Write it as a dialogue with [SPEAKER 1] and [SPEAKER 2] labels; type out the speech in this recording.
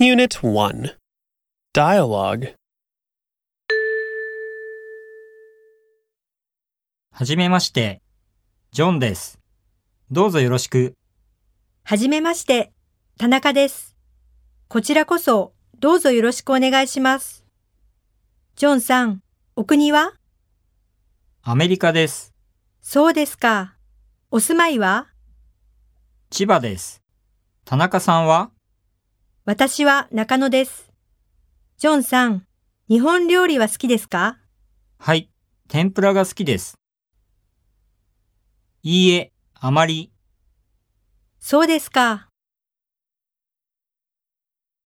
[SPEAKER 1] Unit 1 Dialogue
[SPEAKER 2] はじめまして。ジョンです。どうぞよろしく。
[SPEAKER 3] はじめまして、田中です。こちらこそ、どうぞよろしくお願いします。ジョンさん、お国は
[SPEAKER 2] アメリカです。
[SPEAKER 3] そうですか。お住まいは
[SPEAKER 2] 千葉です。田中さんは
[SPEAKER 3] 私は中野です。ジョンさん、日本料理は好きですか
[SPEAKER 2] はい。天ぷらが好きです。いいえ、あまり。
[SPEAKER 3] そうですか。